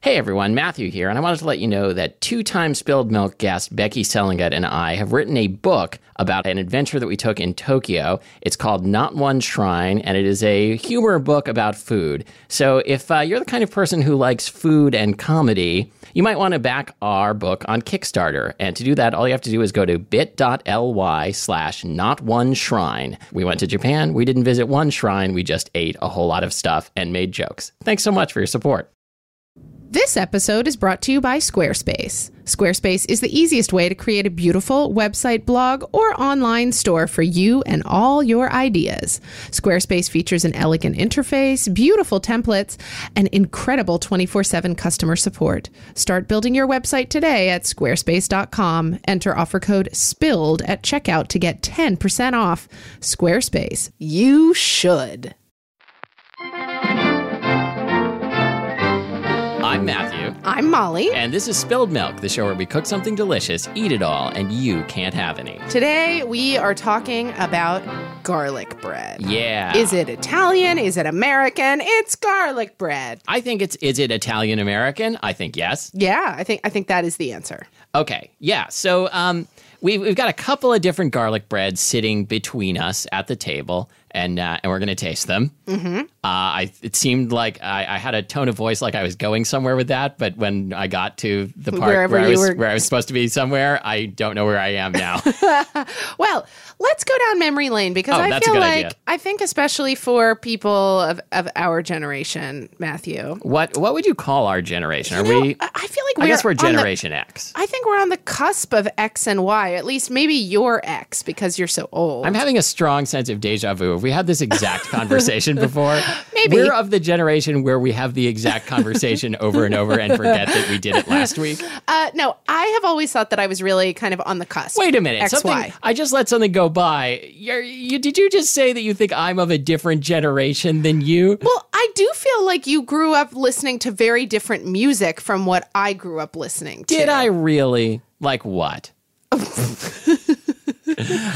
Hey everyone, Matthew here, and I wanted to let you know that two time spilled milk guest Becky Selingut and I have written a book about an adventure that we took in Tokyo. It's called Not One Shrine, and it is a humor book about food. So if uh, you're the kind of person who likes food and comedy, you might want to back our book on Kickstarter. And to do that, all you have to do is go to bit.ly slash not one shrine. We went to Japan, we didn't visit one shrine, we just ate a whole lot of stuff and made jokes. Thanks so much for your support. This episode is brought to you by Squarespace. Squarespace is the easiest way to create a beautiful website, blog, or online store for you and all your ideas. Squarespace features an elegant interface, beautiful templates, and incredible 24 7 customer support. Start building your website today at squarespace.com. Enter offer code SPILLED at checkout to get 10% off. Squarespace, you should. I'm Matthew. I'm Molly. And this is Spilled Milk, the show where we cook something delicious, eat it all, and you can't have any. Today we are talking about garlic bread. Yeah. Is it Italian? Is it American? It's garlic bread. I think it's is it Italian American? I think yes. Yeah, I think I think that is the answer. Okay. Yeah. So um we've we've got a couple of different garlic breads sitting between us at the table. And, uh, and we're gonna taste them. Mm-hmm. Uh, I it seemed like I, I had a tone of voice like I was going somewhere with that, but when I got to the part Wherever where I you was were- where I was supposed to be somewhere, I don't know where I am now. Well, let's go down memory lane because Oh, I that's a feel good like idea. I think especially for people of, of our generation, Matthew. what what would you call our generation? Are we? I I feel like we're I guess we're on the- Generation X. I think we're on the cusp of X and Y, at least maybe your X because you're so old. I'm having a strong sense of deja vu. Have we had this exact conversation before? Maybe. We're of the generation where we have the exact conversation over and over and forget that we did it last week. uh, no, I have always thought that I was really kind of on the cusp. Wait a minute. X, something, Y. I just let something go by. You're, you, did you just say that you think I'm of a different generation than you? Well, I do feel like you grew up listening to very different music from what I grew up listening to. Did I really? Like what?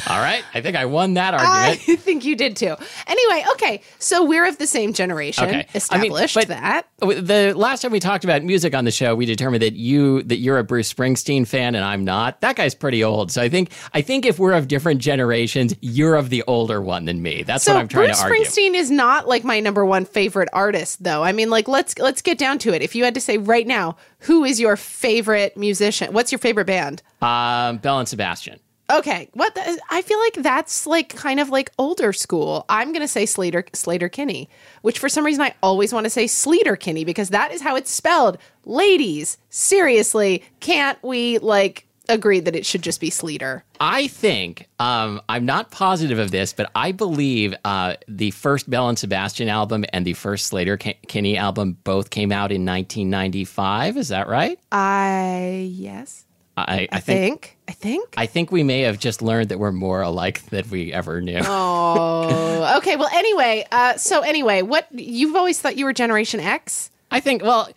All right. I think I won that I argument. think you did too. Anyway, okay, so we're of the same generation. Okay. I mean, Established but- that. the last time we talked about music on the show, we determined that you that you're a Bruce Springsteen fan and I'm not. That guy's pretty old, so I think I think if we're of different generations, you're of the older one than me. That's So what I'm trying Bruce to argue. Springsteen is not like my number one favorite artist, though. I mean, like let's let's get down to it. If you had to say right now, who is your favorite musician? What's your favorite band? Um, Bell and Sebastian. Okay, what the, I feel like that's like kind of like older school. I'm gonna say Slater Slater Kinney, which for some reason I always want to say Slater Kinney because that is how it's spelled. Ladies, seriously, can't we like agree that it should just be Slater? I think um, I'm not positive of this, but I believe uh, the first Bell and Sebastian album and the first Slater Ki- Kinney album both came out in 1995. Is that right? I yes, I, I think. think I think. I think we may have just learned that we're more alike than we ever knew. Oh, okay. Well, anyway, uh, so anyway, what you've always thought you were Generation X? I think, well,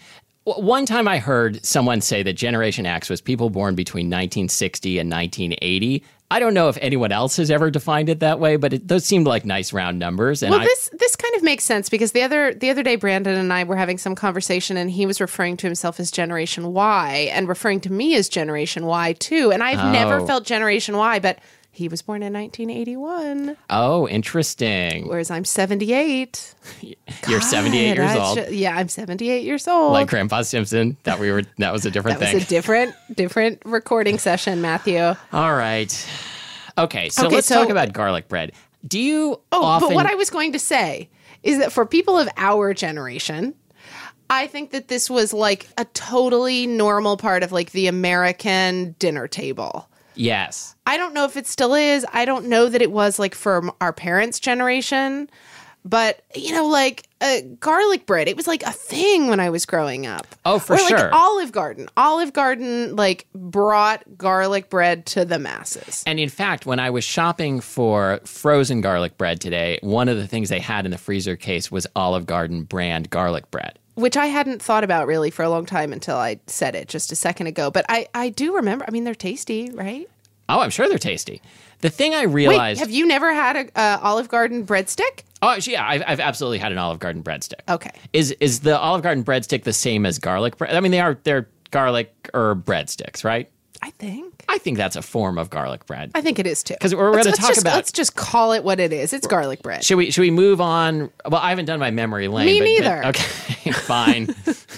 w- one time I heard someone say that Generation X was people born between 1960 and 1980. I don't know if anyone else has ever defined it that way, but it, those seemed like nice round numbers. And Well, I, this this kind of makes sense because the other the other day Brandon and I were having some conversation and he was referring to himself as Generation Y and referring to me as Generation Y too. And I've never Oh. felt Generation Y, but he was born in 1981, oh, interesting. whereas I'm 78. You're 78 God, years I old, should- yeah, I'm 78 years old. like Grandpa Simpson. That we were. That was a different that was thing. a different different recording session, Matthew. All right. Okay, so Okay, let's so- talk about garlic bread. Do you Oh, often? but what I was going to say is that for people of our generation, I think that this was like a totally normal part of like the American dinner table. yes. I don't know if it still is. I don't know that it was like for m- our parents' generation, but you know, like uh, garlic bread, it was like a thing when I was growing up. Oh, for or, like, sure. Olive Garden. Olive Garden like brought garlic bread to the masses. And in fact, when I was shopping for frozen garlic bread today, one of the things they had in the freezer case was Olive Garden brand garlic bread. which I hadn't thought about really for a long time until I said it just a second ago. But I, I do remember. I mean, they're tasty, right? Oh, I'm sure they're tasty. The thing I Wait, realized, have you never had a uh, Olive Garden breadstick? oh yeah, I've, I've absolutely had an Olive Garden breadstick. Okay. Is is the Olive Garden breadstick the same as garlic bread? I mean, they are they're garlic herb breadsticks, right? I think. I think that's a form of garlic bread. I think it is too. 'Cause we're Let's- gonna let's talk just- about- Let's just call it what it is. It's garlic bread. Should we should we move on? Well, I haven't done my memory lane. Me but- neither. okay, fine.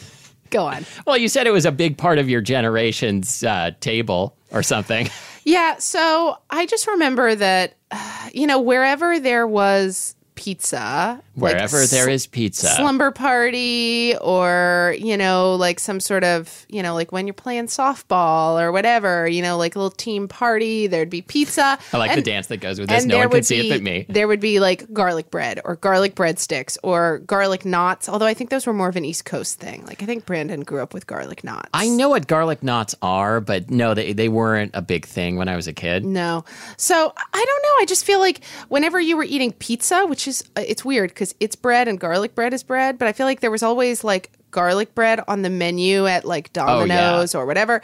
Go on. well, you said it was a big part of your generation's uh, table or something. Yeah. So I just remember that, uh, you know, wherever there was pizza, like Wherever there is pizza. slumber party or you know like some sort of you know like when you're playing softball or whatever you know like a little team party there'd be pizza I like the and- dance that goes with and this. No there one would can see be, it but me. There would be like garlic bread or garlic breadsticks or garlic knots. Although I think those were more of an East Coast thing. Like I think Brandon grew up with garlic knots. I know what garlic knots are, but no, they, they weren't a big thing when I was a kid. No. So I I don't know. I just feel like whenever you were eating pizza, which is uh, it's weird because it's bread and garlic bread is bread, but I feel like there was always like garlic bread on the menu at like Oh, Domino's or whatever.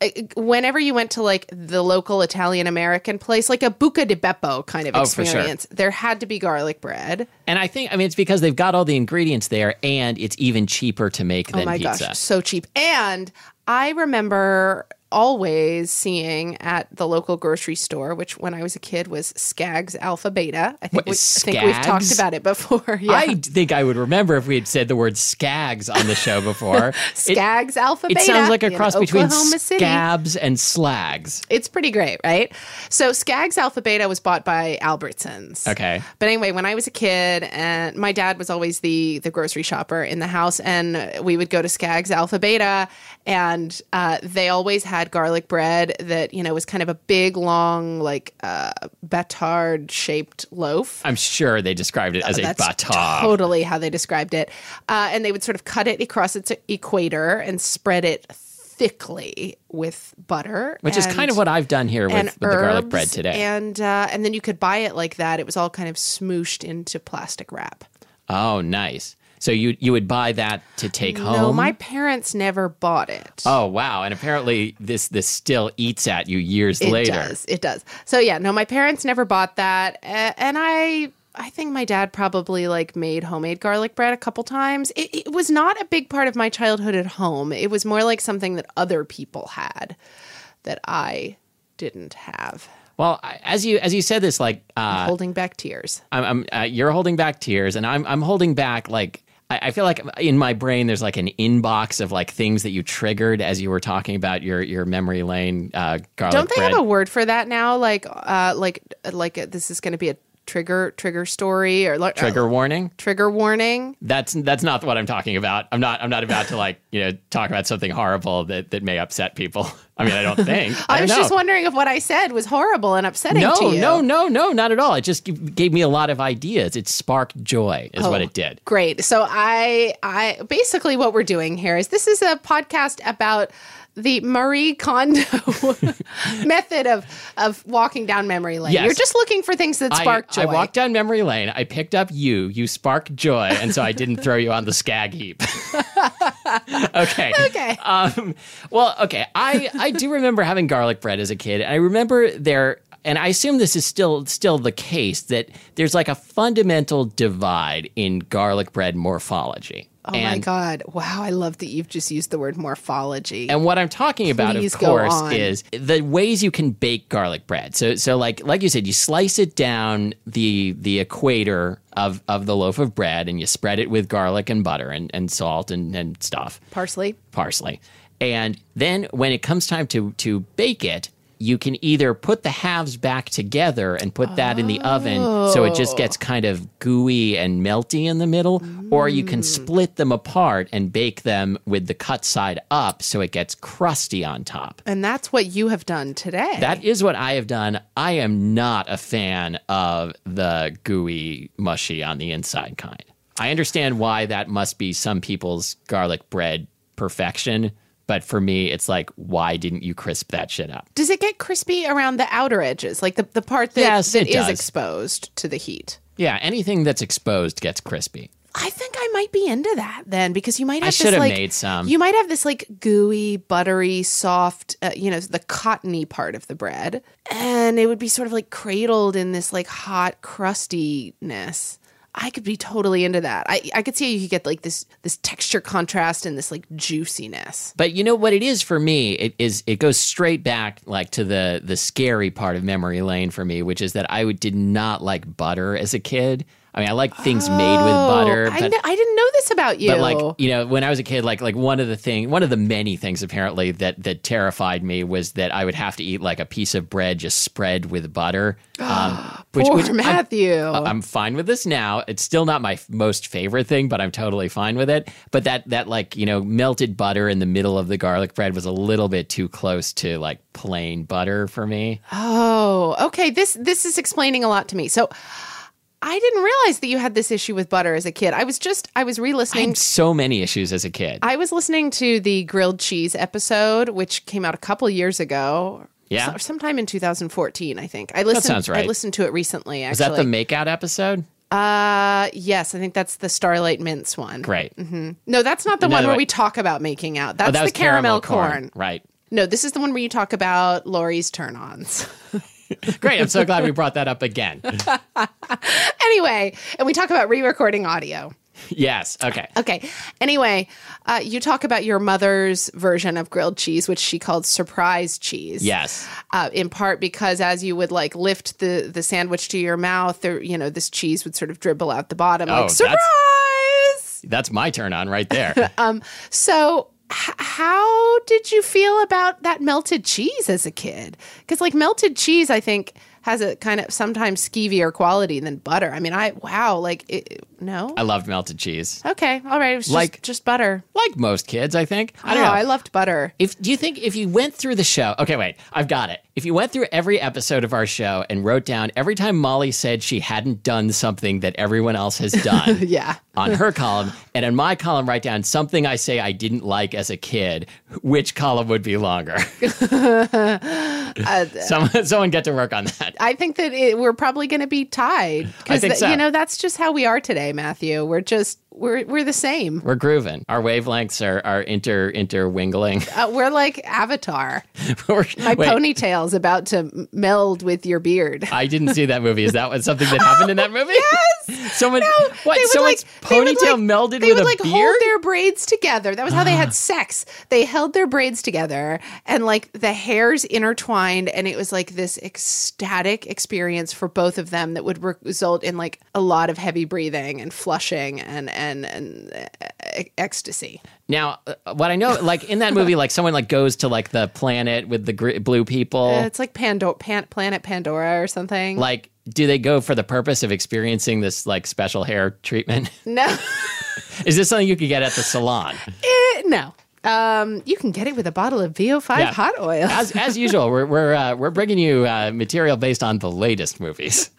Uh, Whenever you went to like the local Italian American place, like a Buca di Beppo kind of Oh, for sure. experience, there had to be garlic bread. And I think, I mean, it's because they've got all the ingredients there and it's even cheaper to make than Oh my pizza. gosh, so cheap. And I remember always seeing at the local grocery store, which when I was a kid was Skaggs Alpha Beta. I think, What we, I is think we've talked Skaggs? about it before. Yeah. I think I would remember if we had said the word skags on the show before. it, Skaggs Alpha it Beta. sounds like a in cross between Oklahoma City. scabs and slags. It's pretty great, right? So Skaggs Alpha Beta was bought by Albertsons. Okay. But anyway, when I was a kid, and my dad was always the the grocery shopper in the house, and we would go to Skaggs Alpha Beta, and uh, they always had garlic bread that you know was kind of a big, long, like uh, batard shaped loaf. I'm sure they described it as a Oh, That's baton. totally how they described it. Uh, and they would sort of cut it across its equator and spread it thickly with butter, which is kind of what what I've done here with, and with the garlic bread herbs, today. And uh, and then you could buy it like that. It was all kind of smooshed into plastic wrap. oh, nice. So you you would buy that to take No, home. my parents never bought it. oh wow! And apparently this this still eats at you years it later. does. It does. So yeah, no, my parents never bought that, A- and I. I think my dad probably like made homemade garlic bread a couple times. It, it was not a big part of my childhood at home. It was more like something that other people had that I didn't have. Well, I- as you as you said this, like uh, Holding back tears. I'm, I'm uh, you're holding back tears, and I'm I'm holding back like. I I feel like in my brain there's like an inbox of like things that you triggered as you were talking about your your memory lane uh, garlic Don't they bread. have a word for that now? Like, uh, like, like uh, this is going to be a trigger trigger story or like uh, trigger warning? trigger warning. That's that's not what I'm talking about. I'm not I'm not about to like you know talk about something horrible that that may upset people. I mean, I don't think. I, don't was know. just wondering if what I said was horrible and upsetting No, to you. no, no, no, not at all. It just g- gave me a lot of ideas. It sparked joy, is Oh. what it did. Great. So I, I basically what we're doing here is this is a podcast about the Marie Kondo method of of walking down memory lane. Yes. You're just looking for things that I- spark joy. I, walked down memory lane. I picked up you. You sparked joy, and so I didn't throw you on the scag heap. okay. okay. Um, well, okay. I I do remember having garlic bread as a kid, and I remember there. and I assume this is still still the case that there's like a fundamental divide in garlic bread morphology. Oh my and, God. Wow. I love that you've just used the word morphology. and what I'm talking about, Please of go course, on. is the ways you can bake garlic bread. So, so like like you said, you slice it down the the equator of of the loaf of bread, and you spread it with garlic and butter and, and salt and, and stuff Parsley. parsley. And then when it comes time to to bake it, you can either put the halves back together and put that in the oven so it just gets kind of gooey and melty in the middle, or you can split them apart and bake them with the cut side up so it gets crusty on top. And that's what you have done today. That is what I have done. I am not a fan of the gooey, mushy on the inside kind. I understand why that must be some people's garlic bread perfection, but for me, it's like, why didn't you crisp that shit up? does it get crispy around the outer edges, like the, the part that, Yes, that it is does. exposed to the heat? Yeah, anything that's exposed gets crispy. I think I might be into that then because you might have should this have like made some. you might have this like gooey, buttery, soft, uh, you know, the cottony part of the bread, and it would be sort of like cradled in this like hot crustiness. I could be totally into that. I I could see how you could get like this this texture contrast and this like juiciness. But you know what it is for me? It is it goes straight back like to the the scary part of memory lane for me, which is that I would- did not like butter as a kid. I mean, I like things made with butter, Oh, I, but kn- I didn't know this about you. But like you know, when I was a kid, like like one of the thing, one of the many things apparently that that terrified me was that I would have to eat like a piece of bread just spread with butter. Um, which, Poor which uh, I'm, Matthew. I'm fine with this now. It's still not my f- most favorite thing, but I'm totally fine with it. But that that like you know melted butter in the middle of the garlic bread was a little bit too close to like plain butter for me. Oh, okay. This this is explaining a lot to me. So I didn't realize that you had this issue with butter as a kid. I was just I was I re-listening. had so many issues as a kid. I was listening to the grilled cheese episode, which came out a couple years ago. Yeah. So- sometime in 2014, I think. I listened. sounds right. I listened to it recently. Is that Actually, the makeout episode? uh, yes, I think that's the Starlight Mints one. Mm. Great. No, that's not the one no, where wait. we talk about making out. That's Oh, that Mm-hmm. the was caramel, corn. Right. No, this is the one where you talk about Lori's turn-ons. Great. I'm so glad we brought that up again. anyway, and we talk about re-recording audio. Yes. Okay. Okay. Anyway, uh, you talk about your mother's version of grilled cheese, which she called surprise cheese. Yes. Uh, in part because as you would like lift the the sandwich to your mouth, there you know this cheese would sort of dribble out the bottom like that's- surprise. That's my turn on right there. Uh, So h- how did you feel about that melted cheese as a kid? Because like melted cheese, I think has a kind of sometimes skeevier quality than butter. I mean, I wow, like it, no. I loved melted cheese. Okay, all right. It was just, Like- just butter. Like most kids, I think. I don't Oh, know. I loved butter. if do you think if you went through the show? Okay, wait. I've got it. If you went through every episode of our show and wrote down every time Molly said she hadn't done something that everyone else has done. Yeah. On her column, and in my column, write down something I say I didn't like as a kid. Which column would be longer? Uh, someone, someone get to work on that. I think that it, we're probably going to be tied I think th- so. you know that's just how we are today, Matthew. We're just we're we're the same. We're grooving. Our wavelengths are, are inter interwingling. Uh, we're like Avatar. We're- My wait, ponytail's about to m- meld with your beard. I didn't see that movie. Is that what, something that happened in that movie? Yes. Someone what? They would, Someone's like- they would, ponytail like- melded They with would a like hold beard. Ah. their braids together. That was how they had sex. They held their braids together and like the hairs intertwined, and it was like this ecstatic experience for both of them that would re- result in like a lot of heavy breathing and flushing and and and uh, e- ecstasy. now, uh, what I know, like in that movie, like someone like goes to like the planet with the gr- blue people. It's like Pandora, Pan- Planet Pandora or something. like, do they go for the purpose of experiencing this like special hair treatment? no, Is this something you could get at the salon? Eh, no. Um, you can get it with a bottle of VO5 Yeah. hot oil. As, as usual, we're we're uh, we're bringing you uh, material based on the latest movies.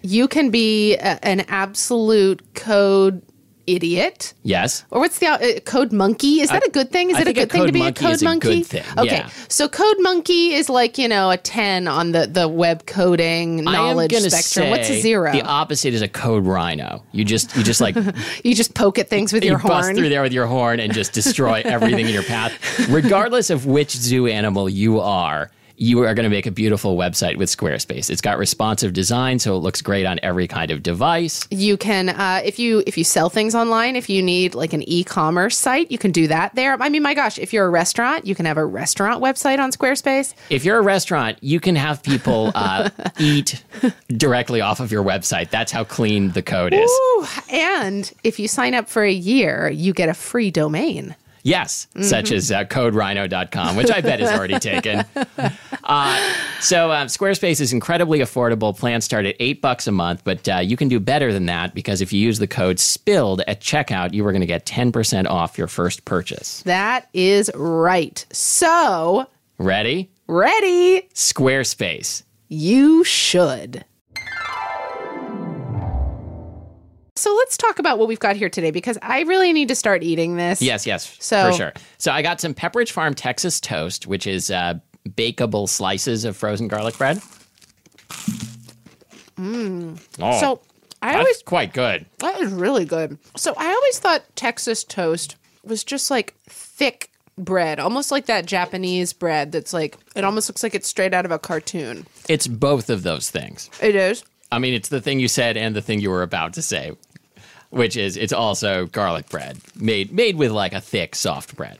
You can be a, an absolute code idiot? Yes. Or what's the uh, code monkey? Is that a good thing? Is I it a think a good thing to code be a monkey code is a good monkey? thing, Okay, yeah. so code monkey is like you know a ten on the the web coding knowledge I am gonna spectrum. Say What's a zero? The opposite is a code rhino. You just you just like you just poke at things with you your bust horn. through there with your horn and just destroy everything in your path. Regardless of which zoo animal you are, you are going to make a beautiful website with Squarespace. It's got responsive design, so it looks great on every kind of device. You can, uh, if you if you sell things online, if you need like an e-commerce site, you can do that there. I mean, my gosh, if you're a restaurant, you can have a restaurant website on Squarespace. If you're a restaurant, you can have people uh, eat directly off of your website. That's how clean the code is. Ooh, and if you sign up for a year, you get a free domain. Yes, such as uh, coderhino.com, which I bet is already taken. Uh, so uh, Squarespace is incredibly affordable. Plans start at eight bucks a month, but uh, you can do better than that because if you use the code SPILLED at checkout, you are going to get 10% off your first purchase. That is right. So Ready? ready? Squarespace. You should. So let's talk about what we've got here today because I really need to start eating this. Yes, yes, So- for sure. So I got some Pepperidge Farm Texas toast, which is uh, bakeable slices of frozen garlic bread. Oh, Mmm. So I that's always quite good. That is really good. So I always thought Texas toast was just like thick bread, almost like that Japanese bread that's like, it almost looks like it's straight out of a cartoon. It's both of those things. It is. I mean, it's the thing you said and the thing you were about to say, which is it's also garlic bread made made with like a thick soft bread.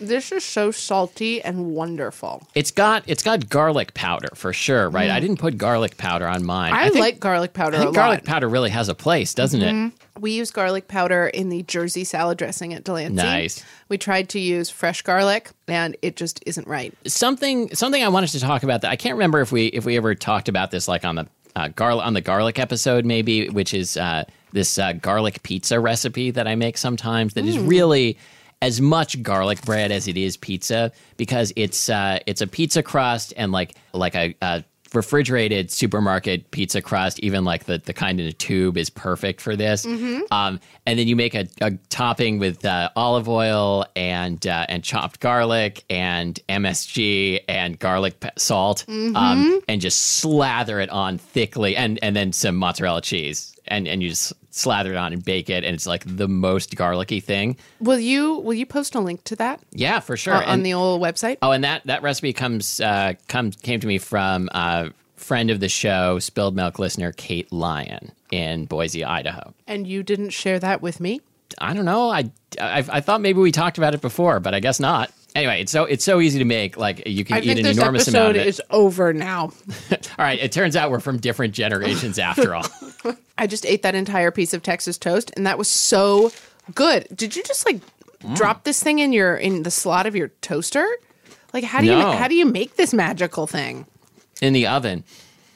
This is so salty and wonderful. It's got it's got garlic powder for sure, right? I didn't put garlic powder on mine. Mm-hmm. I, think, like garlic powder I a think garlic lot. Mm-hmm. powder really has a place, doesn't it? We use garlic powder in the Jersey salad dressing at Delancey. Nice. We tried to use fresh garlic and it just isn't right. something something I wanted to talk about that I can't remember if we if we ever talked about this like on the uh, garlic on the garlic episode maybe which is uh, this uh, garlic pizza recipe that I make sometimes that is really as much garlic bread as it is pizza because it's uh, it's a pizza crust and like like a, a refrigerated supermarket pizza crust even like the, the kind in a tube is perfect for this um, and then you make a, a topping with uh, olive oil and uh, and chopped garlic and msg and garlic pe- salt um, and just slather it on thickly and and then some mozzarella cheese and and you just slather it on and bake it and it's like the most garlicky thing Will you will you post a link to that yeah for sure uh, on And- the old website? Oh, and that that recipe comes uh, comes came to me from uh, friend of the show, spilled milk listener Kate Lyon in Boise, Idaho. And you didn't share that with me? I don't know. I, I I thought maybe we talked about it before, but I guess not. Anyway, it's so it's so easy to make. Like you can I eat think an this enormous episode amount of it. is over now. All right, it turns out we're from different generations after all. I just ate that entire piece of Texas toast, and that was so good. Did you just like drop this thing in your in the slot of your toaster? Like how do No. you how do you make this magical thing? in the oven.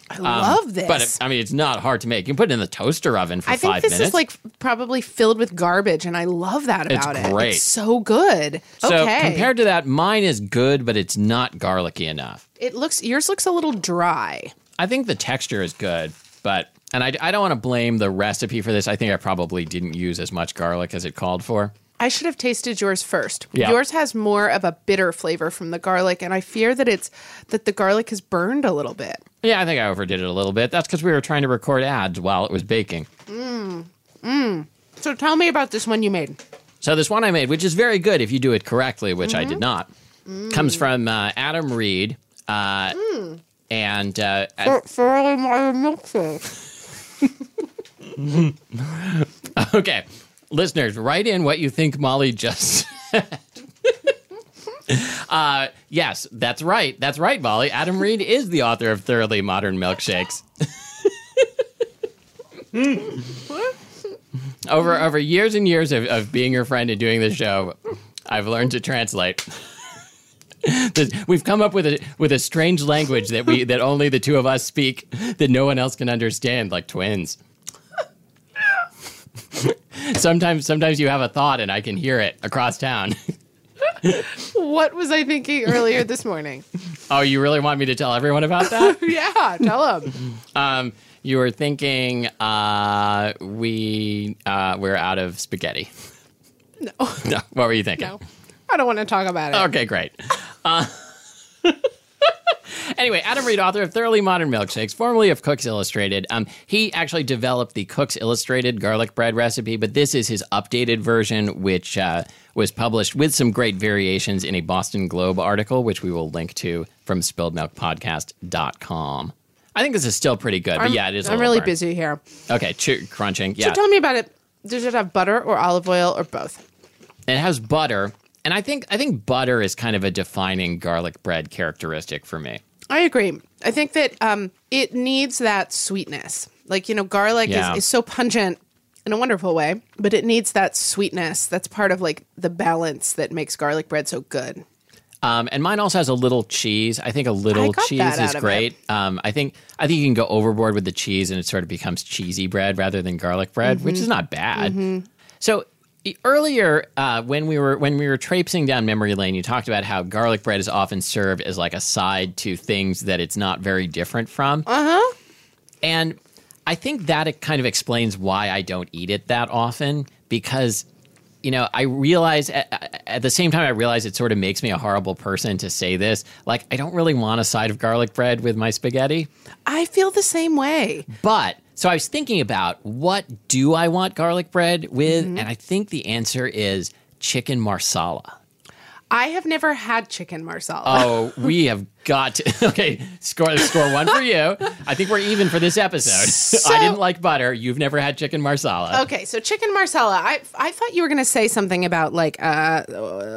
I love this. Um, But I mean, it's not hard to make. You can put it in the toaster oven for I think five this minutes. is like probably filled with garbage, and I love that It's about it. great. It's so good. so okay, compared to that, mine is good, but it's not garlicky enough. it looks yours looks a little dry. I think the texture is good, but and I, I don't want to blame the recipe for this. I think I probably didn't use as much garlic as it called for. I should have tasted yours first. Yeah. Yours has more of a bitter flavor from the garlic, and I fear that it's that the garlic has burned a little bit. Yeah, I think I overdid it a little bit. That's because we were trying to record ads while it was baking. So tell me about this one you made. So this one I made, which is very good if you do it correctly, which I did not, comes from uh, Adam Reed. Uh, And uh, Fairly Modern Milkshake. okay, listeners, write in what you think Molly just. uh, yes, that's right. That's right, Molly. Adam Reed is the author of Thoroughly Modern Milkshakes. over over years and years of, of being your friend and doing the show, I've learned to translate. This- We've come up with a with a strange language that we that only the two of us speak that no one else can understand, like twins. sometimes sometimes you have a thought and I can hear it across town. What was I thinking earlier this morning? Oh, you really want me to tell everyone about that? yeah, tell them. um, you were thinking uh, we uh, we're out of spaghetti. No, No, what were you thinking? no. I don't want to talk about it. Okay, great. Uh, anyway, Adam Reed, author of Thoroughly Modern Milkshakes, formerly of Cooks Illustrated, um, he actually developed the Cooks Illustrated garlic bread recipe, but this is his updated version, which uh, was published with some great variations in a Boston Globe article, which we will link to from spilledmilkpodcast.com. I think this is still pretty good, but yeah, it is. I'm a little really burnt. busy here. Okay, chew, crunching. Yeah, So tell me about it. Does it have butter or olive oil or both? it has butter, and I think I think butter is kind of a defining garlic bread characteristic for me. I agree. I think that um, it needs that sweetness. Like, you know, garlic Yeah. is, is so pungent in a wonderful way, but it needs that sweetness. That's part of like the balance that makes garlic bread so good. Um, and mine also has a little cheese. I think a I little got cheese that out is of great. Um, I think I think you can go overboard with the cheese, and it sort of becomes cheesy bread rather than garlic bread, which Mm-hmm. is not bad. So e- earlier, uh, when we were when we were traipsing down memory lane, you talked about how garlic bread is often served as like a side to things that it's not very different from. Uh huh. Uh-huh. And I think that it kind of explains why I don't eat it that often because you know, I realize at, at the same time, I realize it sort of makes me a horrible person to say this. Like, I don't really want a side of garlic bread with my spaghetti. I feel the same way. But so I was thinking about what do I want garlic bread with? And I think the answer is chicken marsala. I have never had chicken marsala. Oh, we have got to. Okay, score score one for you. I think we're even for this episode. So- I didn't like butter. You've never had chicken marsala. Okay, so chicken marsala. I I thought you were going to say something about like uh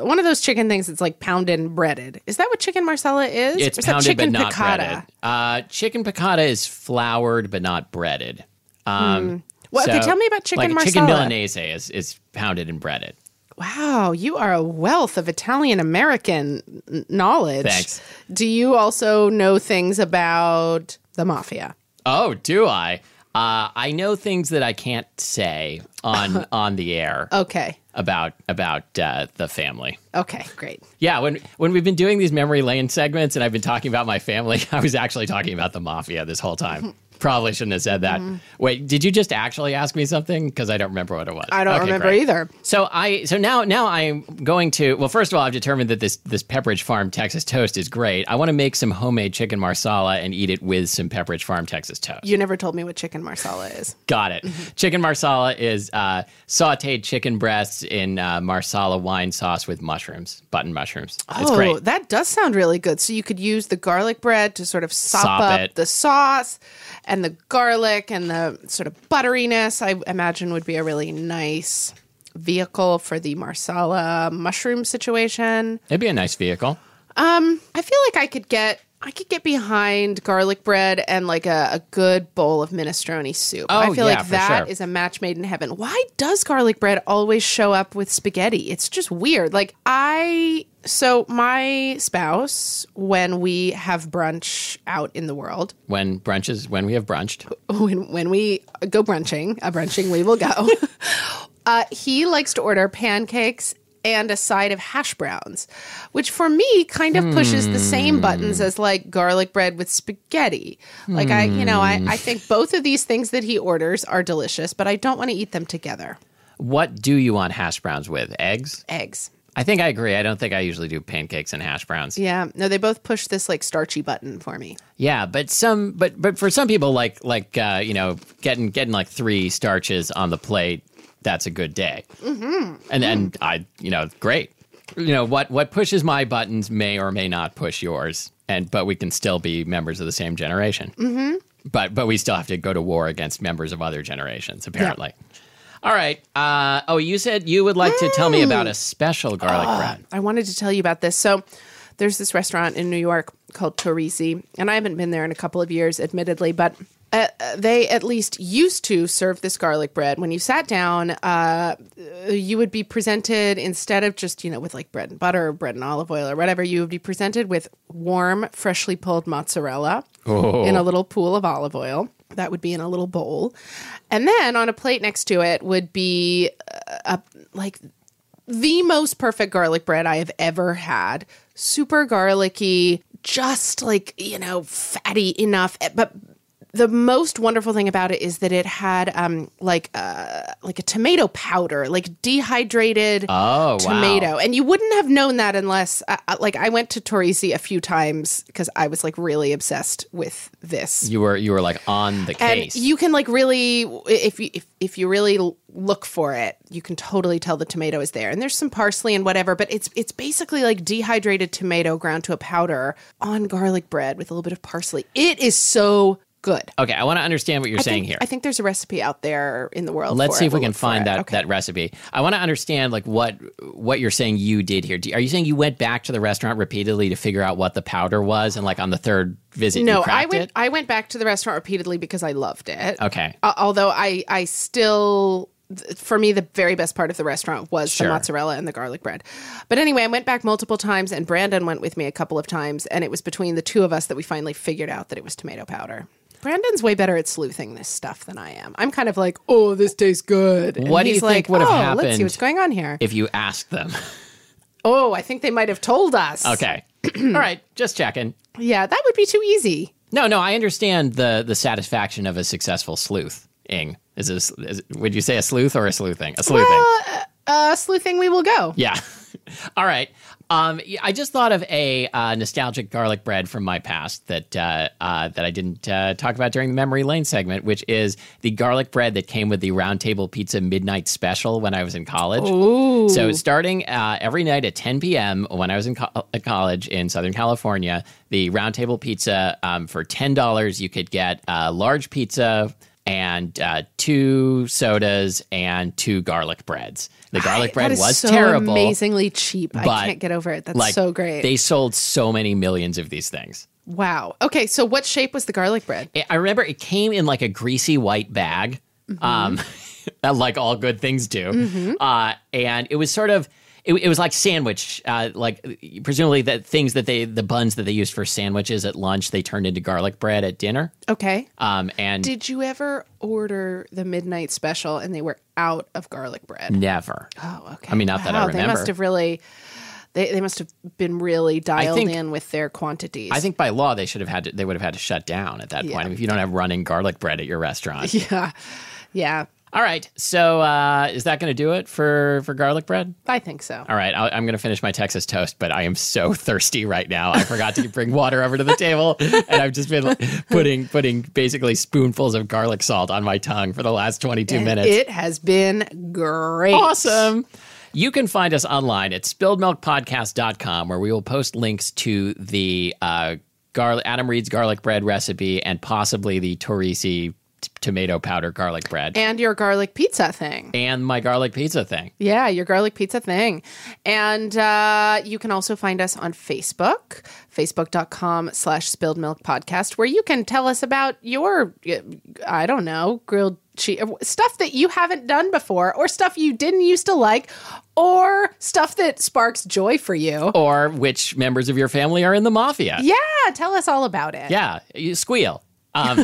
one of those chicken things that's like pounded and breaded. Is that what chicken marsala is? Or It's is that pounded but chicken not piccata? breaded. Uh, chicken piccata is floured but not breaded. Um, Hmm. Well, okay, tell me about chicken like Chicken marsala. Milanese is, is pounded and breaded. Wow, you are a wealth of Italian American n- knowledge. Thanks. Do you also know things about the mafia? Oh, do I? Uh, I know things that I can't say on on the air Okay. about about uh, the family. Okay, great. Yeah, when when we've been doing these memory lane segments and I've been talking about my family, I was actually talking about the mafia this whole time. Probably shouldn't have said that. Mm-hmm. Wait, did you just actually ask me something? Because I don't remember what it was. I don't Okay, remember great. either. So I so now now I'm going to well first of all I've determined that this this Pepperidge Farm Texas toast is great. I want to make some homemade chicken marsala and eat it with some Pepperidge Farm Texas toast. You never told me what chicken marsala is. Got it. Chicken marsala is uh, sautéed chicken breasts in uh, marsala wine sauce with mushrooms, button mushrooms. It's oh, great. that does sound really good. So you could use the garlic bread to sort of sop, Sop up it. the sauce and the garlic and the sort of butteriness, I imagine would be a really nice vehicle for the marsala mushroom situation. It'd be a nice vehicle. I feel like I could get I could get behind garlic bread and like a, a good bowl of minestrone soup. I feel Oh, yeah, like for that sure. is a match made in heaven. Why does garlic bread always show up with spaghetti? It's just weird. Like I so my spouse when we have brunch out in the world, When brunches when we have brunched. when when we go brunching, a brunching we will go. uh, he likes to order pancakes and a side of hash browns, which for me kind of pushes the same buttons as like garlic bread with spaghetti. Like I, you know, I, I think both of these things that he orders are delicious, but I don't want to eat them together. What do you want hash browns with? Eggs? Eggs. I think I agree. I don't think I usually do pancakes and hash browns. Yeah. No, they both push this like starchy button for me. Yeah, but some, but but for some people, like like uh, you know, getting getting like three starches on the plate, that's a good day. Mm-hmm. And then Mm. I, you know, great. You know what what pushes my buttons may or may not push yours, and but we can still be members of the same generation. Mm-hmm. But but we still have to go to war against members of other generations, apparently. All right. Uh, oh, you said you would like to tell me about Mm. a special garlic bread. I wanted to tell you about this. So there's this restaurant in New York called Torisi, and I haven't been there in a couple of years, admittedly, but uh, uh, they at least used to serve this garlic bread. When you sat down, uh, you would be presented instead of just you know with like bread and butter or bread and olive oil or whatever. You would be presented with warm, freshly pulled mozzarella in a little pool of olive oil. That would be in a little bowl, and then on a plate next to it would be uh, a, like the most perfect garlic bread I have ever had. Super garlicky, just like, you know, fatty enough, Eh, but the most wonderful thing about it is that it had um like uh like a tomato powder, like dehydrated Oh, wow. tomato. And you wouldn't have known that unless uh, uh, like I went to Torrisi a few times cuz I was like really obsessed with this You were you were like on the and case. you can like really if you if, if you really l- look for it you can totally tell the tomato is there and there's some parsley and whatever but it's it's basically like dehydrated tomato ground to a powder on garlic bread with a little bit of parsley it is so good okay, I want to understand what you're I saying think- here. i think there's a recipe out there in the world Let's for see it. if we We'll can look for find it. that, okay. that recipe. I want to understand like what what you're saying you did here. Do- Are you saying you went back to the restaurant repeatedly to figure out what the powder was, and like on the third visit, no you i cracked went it? i went back to the restaurant repeatedly because i loved it Okay. Al- Uh, although I I still th- for me the very best part of the restaurant was Sure. the mozzarella and the garlic bread. But anyway, I went back multiple times and Brandon went with me a couple of times and it was between the two of us that we finally figured out that it was tomato powder. Brandon's way better at sleuthing this stuff than I am. I'm kind of like, "Oh, this tastes good." And What do you he's think like, would have "Oh, Let's happened see what's going on here. If you asked them, oh, I think they might have told us. okay. All right, just checking. Yeah, that would be too easy. No, no, I understand the the satisfaction of a successful sleuthing. Is this is, would you say a sleuth or a sleuthing? A sleuthing. Uh, sleuthing we will go. Yeah. All right. Um, yeah, I just thought of a uh, nostalgic garlic bread from my past that uh, uh, that I didn't uh, talk about during the memory lane segment, which is the garlic bread that came with the Round Table Pizza midnight special when I was in college. Ooh. So starting uh, every night at 10 p.m. when I was in co- uh, college in Southern California, the Round Table Pizza um, for ten dollars you could get a large pizza and uh, two sodas and two garlic breads. The garlic bread that is was so terrible. Amazingly cheap. but, I can't get over it. That's like so great. they sold so many millions of these things Wow. Okay, so what shape was the garlic bread? I- i remember it came in like a greasy white bag Mm-hmm. um like all good things do uh and it was sort of it, it was like sandwich uh like presumably that things that they the buns that they used for sandwiches at lunch they turned into garlic bread at dinner Okay. um and Did you ever order the midnight special and they were out of garlic bread? never Oh, okay. Mm. I mean, not that I Wow, They remember. must have really they, they must have been really dialed think- in with their quantities. I think by law they should have had to, they would have had to shut down at that point if you don't have running garlic bread at your restaurant. yeah. Yeah. All right, so uh, is that going to do it for for garlic bread? I think so. All right, I, I'm going to finish my Texas toast, but I am so thirsty right now. I forgot to bring water over to the table, and I've just been like, putting putting basically spoonfuls of garlic salt on my tongue for the last 22 minutes. It has been great. Awesome. You can find us online at spilledmilkpodcast.com where we will post links to the uh, garlic, Adam Reed's garlic bread recipe and possibly the Torrisi t- tomato powder garlic bread And your garlic pizza thing. and my garlic pizza thing. Yeah, your garlic pizza thing. And uh, you can also find us on Facebook, facebook.com slash spilled milk podcast, where you can tell us about your, uh, I don't know, grilled cheese, stuff that you haven't done before, or stuff you didn't used to like, or stuff that sparks joy for you. Or which members of your family are in the mafia. Yeah, tell us all about it. Yeah, you squeal. Um,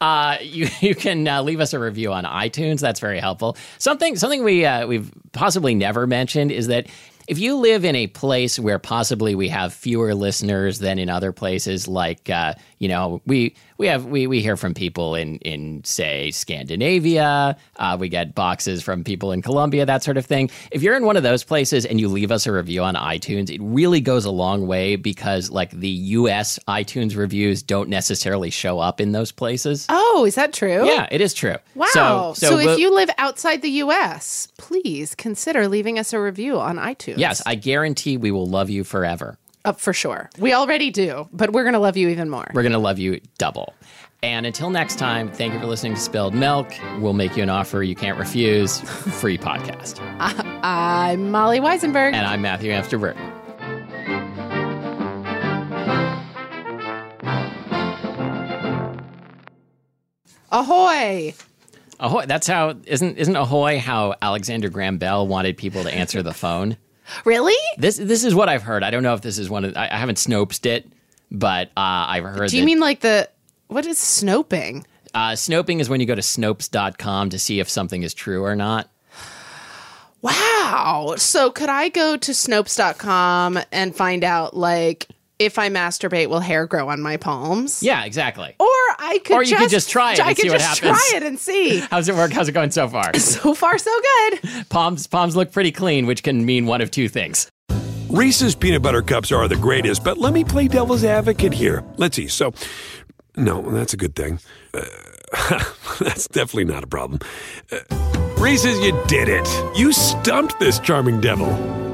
uh, you you can uh, leave us a review on iTunes. That's very helpful. Something something we uh, we've possibly never mentioned is that if you live in a place where possibly we have fewer listeners than in other places, like uh, you know we we have we, we hear from people in in say Scandinavia, uh, we get boxes from people in Colombia, that sort of thing. If you're in one of those places and you leave us a review on iTunes, it really goes a long way because like the U.S. iTunes reviews don't necessarily show up in those places. Oh, is that true? Yeah, it is true. Wow. So, so, we'll- if you live outside the US, please consider leaving us a review on iTunes. yes, I guarantee we will love you forever. Uh, for sure. We already do, but we're going to love you even more. We're gonna love you double. And until next time, thank you for listening to Spilled Milk. We'll make you an offer you can't refuse. Free podcast. I'm Molly Weisenberg. And I'm Matthew Amster Burton. Ahoy! Ahoy! That's how isn't isn't ahoy how Alexander Graham Bell wanted people to answer the phone. Really? This this is what I've heard. I don't know if this is one of I, I haven't snoped it, but uh, I've heard. Do you that, mean like the what is snoping? uh, snoping is when you go to snopes.com to see if something is true or not? Wow. So could I go to Snopes.com and find out like if I masturbate, will hair grow on my palms? Yeah, exactly. Or I could Or you just, could just try it I and could see what just happens. try it and see. How's it work? How's it going so far? So far, so good. palms palms look pretty clean, which can mean one of two things. Reese's peanut butter cups are the greatest, but let me play devil's advocate here. Let's see. So, no, that's a good thing. Uh, that's definitely not a problem. Uh, Reese's, you did it. You stumped this charming devil.